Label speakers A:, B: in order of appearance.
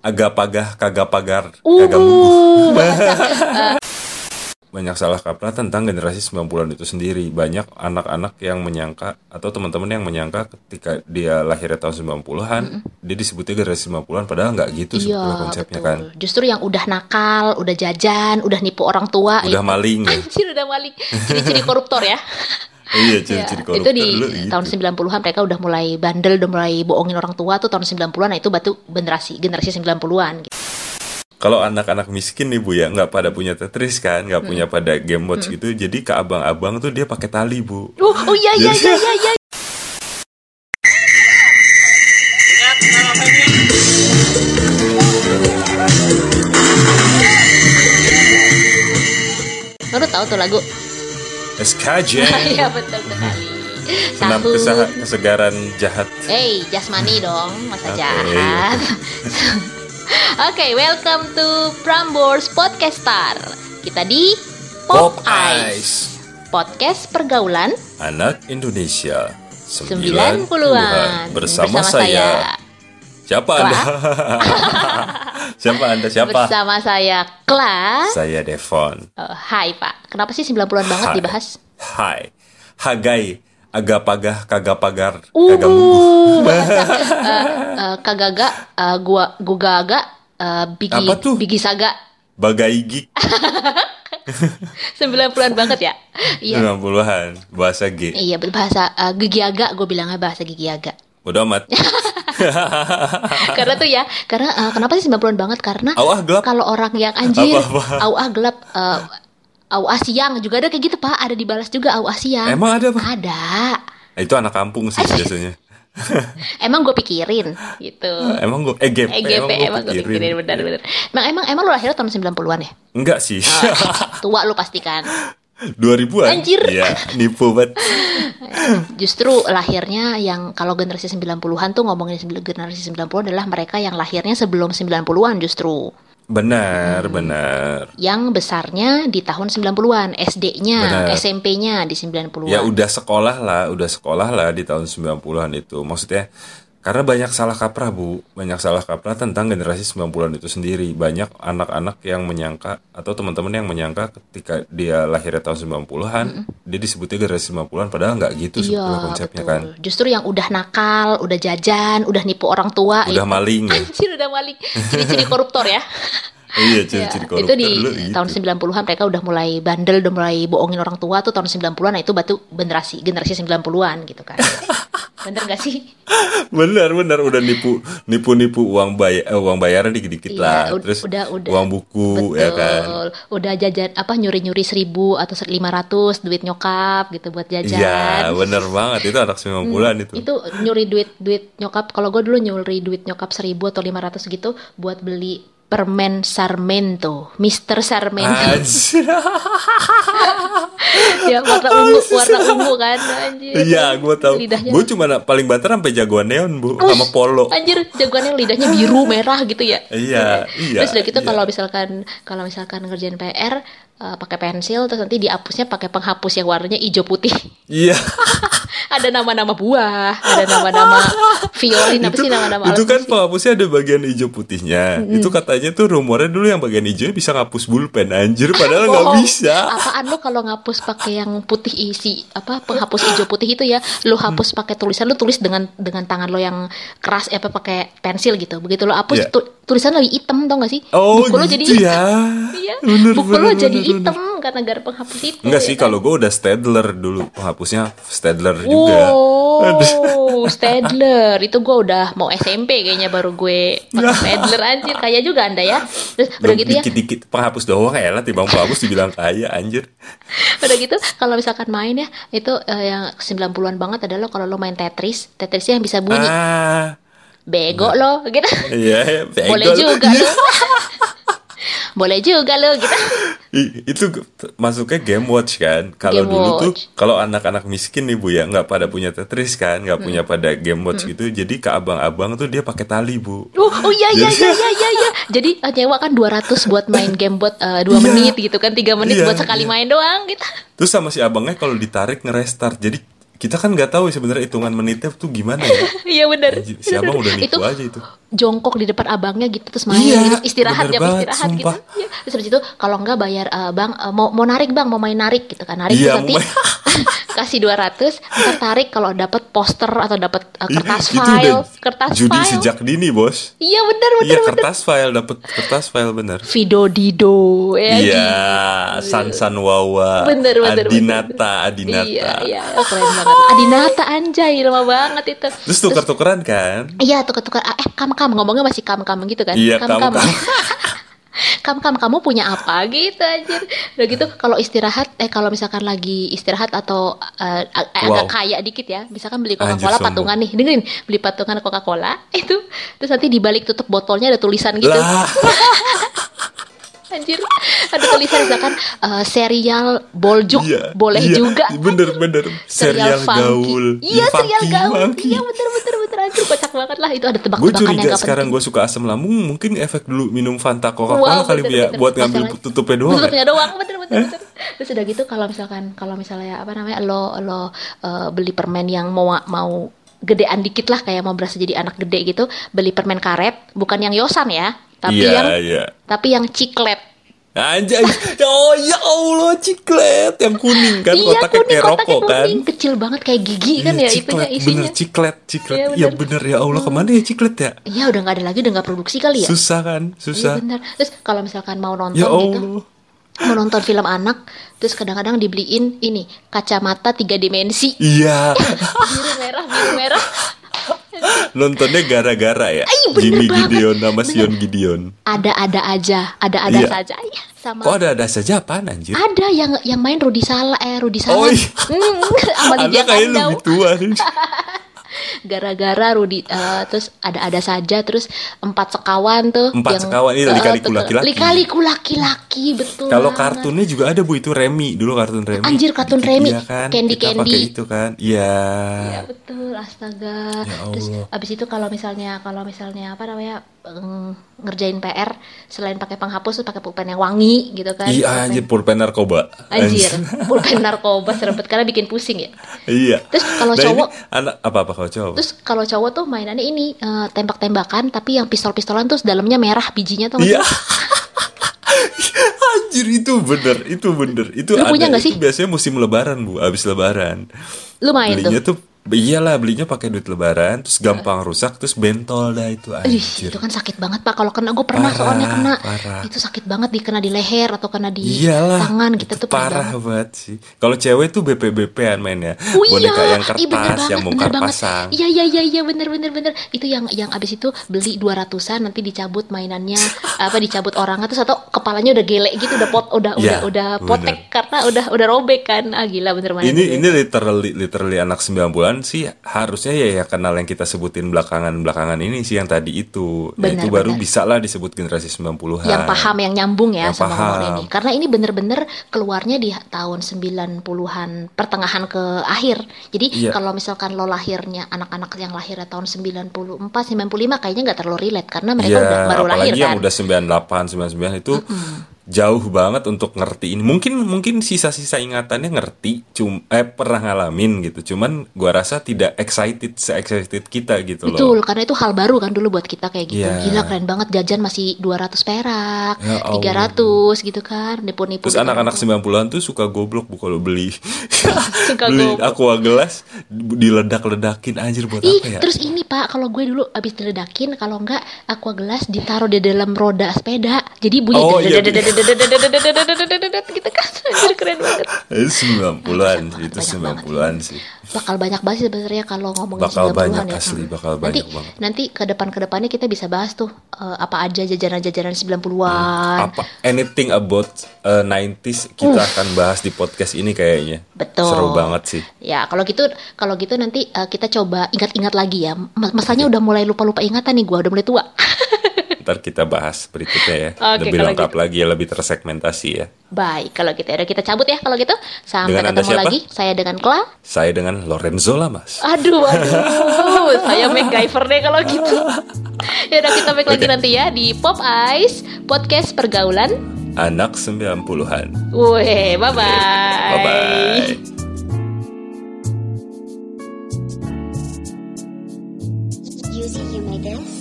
A: agak pagah kagak pagar kagak munggu.
B: Uh,
A: banyak salah kaprah tentang generasi 90-an itu sendiri. Banyak anak-anak yang menyangka atau teman-teman yang menyangka ketika dia lahirnya tahun 90-an, dia disebutnya generasi 90-an padahal nggak gitu
B: iya
A: sebetulnya konsepnya
B: betul.
A: kan.
B: Justru yang udah nakal, udah jajan, udah nipu orang tua,
A: Udah maling ya.
B: Anjir udah maling Ciri-ciri koruptor ya
A: iya, ciri-ciri
B: Ya, Itu
A: koruptor
B: di
A: dulu
B: tahun
A: gitu.
B: 90-an mereka udah mulai bandel Udah mulai bohongin orang tua tuh tahun 90-an Nah itu batu generasi generasi 90-an gitu.
A: Kalau anak-anak miskin nih Bu ya, nggak pada punya Tetris kan, nggak punya
B: Mm.
A: pada game watch gitu. Jadi ke abang-abang tuh dia pakai tali, Bu.
B: Oh, oh iya iya iya iya iya Baru tahu tuh lagu
A: SKJ.
B: Iya betul sekali
A: Senam
B: Sahur.
A: kesah- kesegaran jahat.
B: Hey, jasmani dong, masa
A: Oke.
B: jahat. Oke, welcome to Prambors Podcast Star. Kita di Pop, Eyes. Podcast pergaulan
A: Anak Indonesia 90-an,
B: 90-an
A: bersama, saya. Siapa
B: Wah.
A: Anda? siapa Anda? Siapa?
B: Bersama saya Kla.
A: Saya Devon.
B: Oh, hai, Pak. Kenapa sih 90-an banget
A: Hai.
B: dibahas?
A: Hai. Hagai agak pagah kagak pagar
B: Uh,
A: kagak munggu.
B: bahasa, eh, eh, kagaga, eh, gua gugaga, eh, bigi,
A: Apa tuh?
B: bigi saga.
A: Bagai gig
B: 90-an banget ya? Iya.
A: 90-an bahasa G.
B: Iya bahasa eh, gigi agak gue bilangnya bahasa gigi agak
A: Bodoh amat.
B: karena tuh ya karena eh, kenapa sih 90-an banget karena
A: Awah gelap.
B: kalau orang yang anjir
A: Apa-apa?
B: au ah gelap eh, au ah siang juga ada kayak gitu pak ada dibalas juga au ah siang
A: Emang ada apa?
B: ada
A: Nah, itu anak kampung sih biasanya.
B: emang gue pikirin gitu
A: Emang gue eh GP,
B: EGP emang
A: emang
B: gue
A: gue
B: pikirin
A: pikirin.
B: benar-benar emang emang emang lu lahirnya tahun 90-an ya
A: Enggak sih.
B: tua lu kan? pastikan
A: 2000-an.
B: Anjir.
A: Iya, nipu banget.
B: justru lahirnya yang kalau generasi 90-an tuh ngomongin sembil- generasi 90-an adalah mereka yang lahirnya sebelum 90-an justru
A: Benar, benar.
B: yang besarnya di tahun 90-an, SD-nya,
A: Benar.
B: SMP-nya di 90-an.
A: Ya udah sekolah lah, udah sekolah lah di tahun 90-an itu. Maksudnya karena banyak salah kaprah, Bu. Banyak salah kaprah tentang generasi 90-an itu sendiri. Banyak anak-anak yang menyangka atau teman-teman yang menyangka ketika dia lahirnya tahun 90-an, dia disebutnya generasi 90-an padahal nggak gitu
B: Iya,
A: sebetulnya konsepnya kan.
B: Justru yang udah nakal, udah jajan, udah nipu orang tua,
A: Udah
B: Nah, itu-
A: maling ya.
B: anjir udah maling, ciri-ciri koruptor ya.
A: iya, ciri-ciri
B: Ya, itu
A: koruptor
B: di
A: dulu
B: tahun
A: gitu.
B: 90-an mereka udah mulai bandel, udah mulai bohongin orang tua tuh tahun 90-an nah itu batu generasi generasi 90-an gitu kan. Bener gak sih?
A: Benar, benar udah nipu nipu-nipu uang bayar uang bayaran dikit-dikit
B: Iya,
A: lah.
B: ud-
A: Terus
B: udah- udah.
A: uang buku ya kan.
B: Betul. Udah jajan apa nyuri-nyuri seribu atau lima ratus duit nyokap gitu buat jajan.
A: Iya,
B: Hmm,
A: bener banget itu anak 90-an itu.
B: itu nyuri duit duit nyokap kalau gue dulu nyuri duit nyokap seribu atau lima ratus gitu buat beli permen Sarmento, Mister Sarmento,
A: Anjir.
B: Iya, ya warna ungu, warna ungu kan, anjir.
A: ah, Iya, gue tahu.
B: Lidahnya
A: Gue cuma na- paling banter sampai jagoan neon bu, sama polo.
B: Anjir, jagoannya lidahnya biru merah gitu ya.
A: Iya, iya,
B: Terus udah gitu
A: iya.
B: kalau misalkan kalau misalkan ngerjain PR eh, pakai pensil terus nanti dihapusnya pakai penghapus yang warnanya hijau putih.
A: Iya,
B: ada nama-nama buah, ada nama-nama violin apa
A: itu,
B: sih nama-nama
A: itu
B: alat
A: kan
B: musik.
A: penghapusnya ada bagian hijau putihnya. Itu katanya tuh rumornya dulu yang bagian hijau bisa ngapus pulpen anjir, padahal kan nggak
B: Bohong.
A: bisa.
B: Apaan lu kalau ngapus pakai yang putih isi apa penghapus hijau putih itu ya, lu
A: Hmm.
B: hapus pakai tulisan lu tulis dengan dengan tangan lo yang keras eh, apa pakai pensil gitu. Begitu lu
A: Iya.
B: hapus tu- tulisan lebih hitam tau gak sih?
A: Oh
B: Buku
A: gitu
B: lu Ah, jadi
A: ya.
B: Iya,
A: Bener,
B: buku
A: bener,
B: lo
A: bener,
B: jadi
A: bener.
B: hitam karena gara penghapus itu.
A: Enggak
B: ya
A: sih,
B: kan?
A: kalau gue udah Stedler dulu penghapusnya Stedler juga.
B: Wow, Stedler itu gue udah mau SMP kayaknya baru gue
A: Ya.
B: pakai Stedler anjir kaya juga anda ya. Terus udah gitu ya,
A: Dikit-dikit penghapus doang ya lah, tiba penghapus dibilang kaya anjir.
B: udah gitu kalau misalkan main ya itu eh, yang 90-an banget adalah kalau lo main Tetris, Tetrisnya yang bisa bunyi.
A: Ah,
B: Bego lo gitu.
A: iya,
B: Boleh
A: bego lu.
B: juga
A: Iya.
B: lo. Boleh juga lo gitu.
A: I- itu g- t- masuknya game watch kan kalau
B: Game
A: dulu tuh
B: watch.
A: kalau anak-anak miskin nih bu ya nggak pada punya tetris kan
B: Hmm.
A: nggak punya pada game watch gitu jadi ke abang-abang tuh dia pakai tali bu
B: Oh, oh iya iya
A: Jadi-
B: iya iya iya. iya. Jadi eh, nyewa kan 200 buat main game buat 2
A: Iya.
B: menit gitu kan, 3 menit
A: Iya,
B: buat sekali
A: iya.
B: main doang gitu.
A: terus sama si abangnya kalau ditarik ngerestart jadi kita kan nggak tahu sebenarnya hitungan menitnya tuh gimana ya.
B: Iya benar.
A: Anjir, si abang udah nipu
B: Itu
A: aja itu.
B: jongkok di depan abangnya gitu terus main
A: Iya,
B: terus istirahat
A: bener
B: jam
A: banget,
B: istirahat
A: sumpah.
B: gitu. Iya. Terus habis itu kalau enggak bayar eh, Bang eh, mau mau narik Bang, mau main narik gitu kan. Narik
A: Iya,
B: tuh nanti
A: mau main.
B: kasih 200, ntar tarik kalau dapat poster atau dapat eh, kertas
A: Itu udah
B: file, kertas
A: Iya, gitu judi
B: file.
A: sejak dini bos.
B: Iya benar benar.
A: Iya kertas file dapet kertas file bener.
B: Vido Dido ya.
A: Iya,
B: gitu.
A: San San Wawa,
B: Bener, bener,
A: Adinata, Adinata.
B: Iya, iya, keren banget. Adinata anjay, lama banget itu.
A: Terus tuker-tukeran kan?
B: Iya tukar-tukar ah, eh kam-kam ngomongnya masih kam-kam gitu kan
A: Iya,
B: kam-kam
A: kam-kam.
B: kam-kam kamu punya apa gitu anjir udah gitu kalau istirahat eh kalau misalkan lagi istirahat atau eh, ag- eh, agak
A: Wow.
B: kaya dikit ya misalkan beli
A: Anjir,
B: Coca-Cola
A: sombong.
B: patungan nih dengerin beli patungan Coca-Cola itu terus nanti dibalik tutup botolnya ada tulisan gitu
A: Lah,
B: anjir ada tulisan misalkan eh, serial boljuk
A: iya.
B: boleh
A: iya,
B: juga
A: Bener-bener. Serial
B: funky.
A: gaul.
B: iya serial
A: funky,
B: gaul
A: funky.
B: iya bener bener bener anjir kocak banget lah itu ada
A: Gue
B: tebak-tebakan yang
A: curiga
B: gak penting
A: sekarang gue suka asam lambung mungkin efek dulu minum Fanta Coca-Cola
B: Wow,
A: kali
B: bener,
A: ya
B: bener.
A: buat ngambil
B: Masalahnya-
A: tutupnya doang. ya?
B: tutupnya doang bener bener bener terus udah gitu kalau misalkan kalau misalnya apa namanya lo lo eh, beli permen yang mau mau gedean dikit lah kayak mau berasa jadi anak gede gitu beli permen karet bukan yang yosan ya tapi
A: Iya,
B: yang
A: iya.
B: tapi yang ciklet
A: Anjay, oh ya Allah ciklet yang kuning kan kotaknya
B: iya kuning
A: kayak
B: kotaknya
A: rokok kan.
B: kuning kecil banget kayak gigi kan
A: Iya,
B: ya itunya isinya
A: bener ciklet, ciklet.
B: Iya,
A: Iya
B: bener.
A: bener. ya Allah kemana ya ciklet ya?
B: Iya udah nggak ada lagi udah nggak produksi kali ya
A: Susah kan,
B: iya
A: susah.
B: bener terus kalau misalkan mau nonton
A: ya
B: gitu
A: Allah.
B: mau nonton film anak terus kadang-kadang dibeliin ini kacamata tiga dimensi
A: Iya,
B: biru merah biru merah
A: nontonnya gara-gara ya.
B: Ay, bener
A: Jimmy
B: banget.
A: Gideon sama
B: Bener.
A: Sion Gideon.
B: ada ada aja ada ada
A: Iya.
B: saja Iya, sama
A: Kok ada ada saja apaan anjir?
B: ada yang yang main Rudi Sala eh Rudi Sala
A: Oh, iya.
B: Hmm, sama
A: Anda
B: Lydia
A: kayak
B: Kandau.
A: lebih tua sih.
B: gara-gara Rudi eh, terus ada ada saja terus empat sekawan tuh
A: Empat sekawan, iya,
B: eh,
A: lika-liku
B: tukar-
A: laki-laki.
B: lika-liku laki-laki betul
A: Kalau
B: banget.
A: kartunnya juga ada Bu itu Remi, dulu kartun Remi.
B: Anjir, kartun
A: Dikit,
B: Remi.
A: Iya kan?
B: Candy
A: Kita
B: Candy.
A: pakai itu kan. Iya.
B: Iya betul, astaga.
A: Ya Allah.
B: Terus abis itu kalau misalnya kalau misalnya apa namanya mm, ngerjain PR selain pakai penghapus terus pakai pulpen yang wangi gitu kan.
A: Iya
B: Pulpen-
A: anjir pulpen narkoba.
B: Anjir, pulpen narkoba serempet karena bikin pusing ya.
A: Iya.
B: Terus kalau
A: Nah, ini
B: cowok-
A: anak apa apa kalau cowok?
B: Terus kalau cowok tuh mainannya ini eh, tembak-tembakan tapi yang pistol-pistolan terus dalamnya merah bijinya tuh.
A: Iya. Anjir itu bener, itu bener, itu
B: Lu
A: ada.
B: punya nggak
A: itu
B: sih?
A: biasanya musim lebaran bu, abis lebaran.
B: Lu main
A: Belinya
B: tuh.
A: tuh, iyalah belinya pakai duit lebaran, terus gampang rusak, terus bentol dah itu
B: Ih,
A: anjir.
B: itu kan sakit banget pak kalau kena gue pernah soalnya
A: Parah,
B: kena
A: parah.
B: itu sakit banget dikena di leher atau kena di
A: Iyalah,
B: tangan gitu
A: itu
B: tuh parah
A: parah
B: banget.
A: banget sih. Kalau cewek tuh BPBP-an mainnya,
B: Oh
A: boneka
B: iya,
A: yang
B: iya, bener
A: kertas,
B: banget,
A: yang
B: bener
A: bongkar
B: banget.
A: pasang.
B: Iya iya iya iya bener bener bener. Itu yang yang abis itu beli 200-an nanti dicabut mainannya apa dicabut orangnya terus atau kepalanya udah gelek gitu udah pot udah udah
A: Iya,
B: udah potek karena udah udah robek kan. Ah gila bener banget.
A: Ini ini literally literally anak 90-an sih harusnya ya ya kenal yang kita sebutin belakangan-belakangan ini sih yang tadi itu. Ya,
B: Benar,
A: itu baru
B: benar.
A: bisa lah disebut generasi 90-an.
B: yang paham yang nyambung ya
A: Ah. Yang
B: sama horor
A: paham.
B: ini. Karena ini bener-bener keluarnya di tahun 90-an pertengahan ke akhir. Jadi
A: Iya.
B: kalau misalkan lo lahirnya anak-anak yang lahirnya tahun 94 95 kayaknya nggak terlalu relate karena mereka
A: Ya,
B: udah baru
A: apalagi
B: lahir
A: yang
B: kan.
A: udah 98, 99 itu jauh banget untuk ngertiin. Mungkin mungkin sisa-sisa ingatannya ngerti, cum eh pernah ngalamin gitu. Cuman gua rasa tidak excited se-excited kita gitu loh.
B: Betul, karena itu hal baru kan dulu buat kita kayak gitu.
A: Iya.
B: Gila keren banget jajan masih 200 perak,
A: Ya Allah.
B: 300 gitu kan, nipu-nipu.
A: Terus
B: gitu.
A: anak-anak 90-an tuh suka goblok bu kalau beli
B: Suka
A: beli
B: goblok.
A: aqua gelas diledak-ledakin anjir buat
B: Ih,
A: apa ya?
B: terus ini Pak, kalau gue dulu abis diledakin, kalau enggak aqua gelas ditaruh di dalam roda sepeda. Jadi bunyi
A: Oh, iya.
B: dedededededededededededededededededededededededededededededededed gitu kan. Anjir, keren banget.
A: Eh, 90-an
B: Banyak
A: itu
B: banget.
A: 90-an sih.
B: Bakal banyak banget sih sebenarnya kalau ngomongin
A: Bakal
B: 90-an
A: banyak
B: ya.
A: asli, bakal
B: nanti,
A: banyak banget.
B: Nanti ke depan ke depannya kita bisa bahas tuh eh, apa aja jajanan-jajanan 90-an.
A: Apa anything about uh, 90s kita akan bahas di podcast ini kayaknya.
B: Betul.
A: Seru banget sih.
B: Ya, kalau gitu kalau gitu nanti eh, kita coba ingat-ingat lagi ya. Mas- Masanya udah mulai lupa-lupa ingatan nih gua, udah mulai tua.
A: Ntar kita bahas berikutnya ya. lebih
B: Oke, kalau gitu.
A: lengkap lagi ya, lebih tersegmentasi ya.
B: Baik, kalau gitu udah kita cabut ya kalau gitu. Sampai
A: Dengan Anda
B: ketemu
A: siapa?
B: lagi. Saya dengan Kla.
A: Saya dengan Lorenzo Lamas.
B: Aduh, aduh. saya MacGyver deh kalau gitu. ya udah kita back lagi
A: Oke.
B: nanti ya di Pop Eyes Podcast Pergaulan.
A: Anak 90-an.
B: Weh, bye-bye.
A: Bye bye.
C: easy you made this.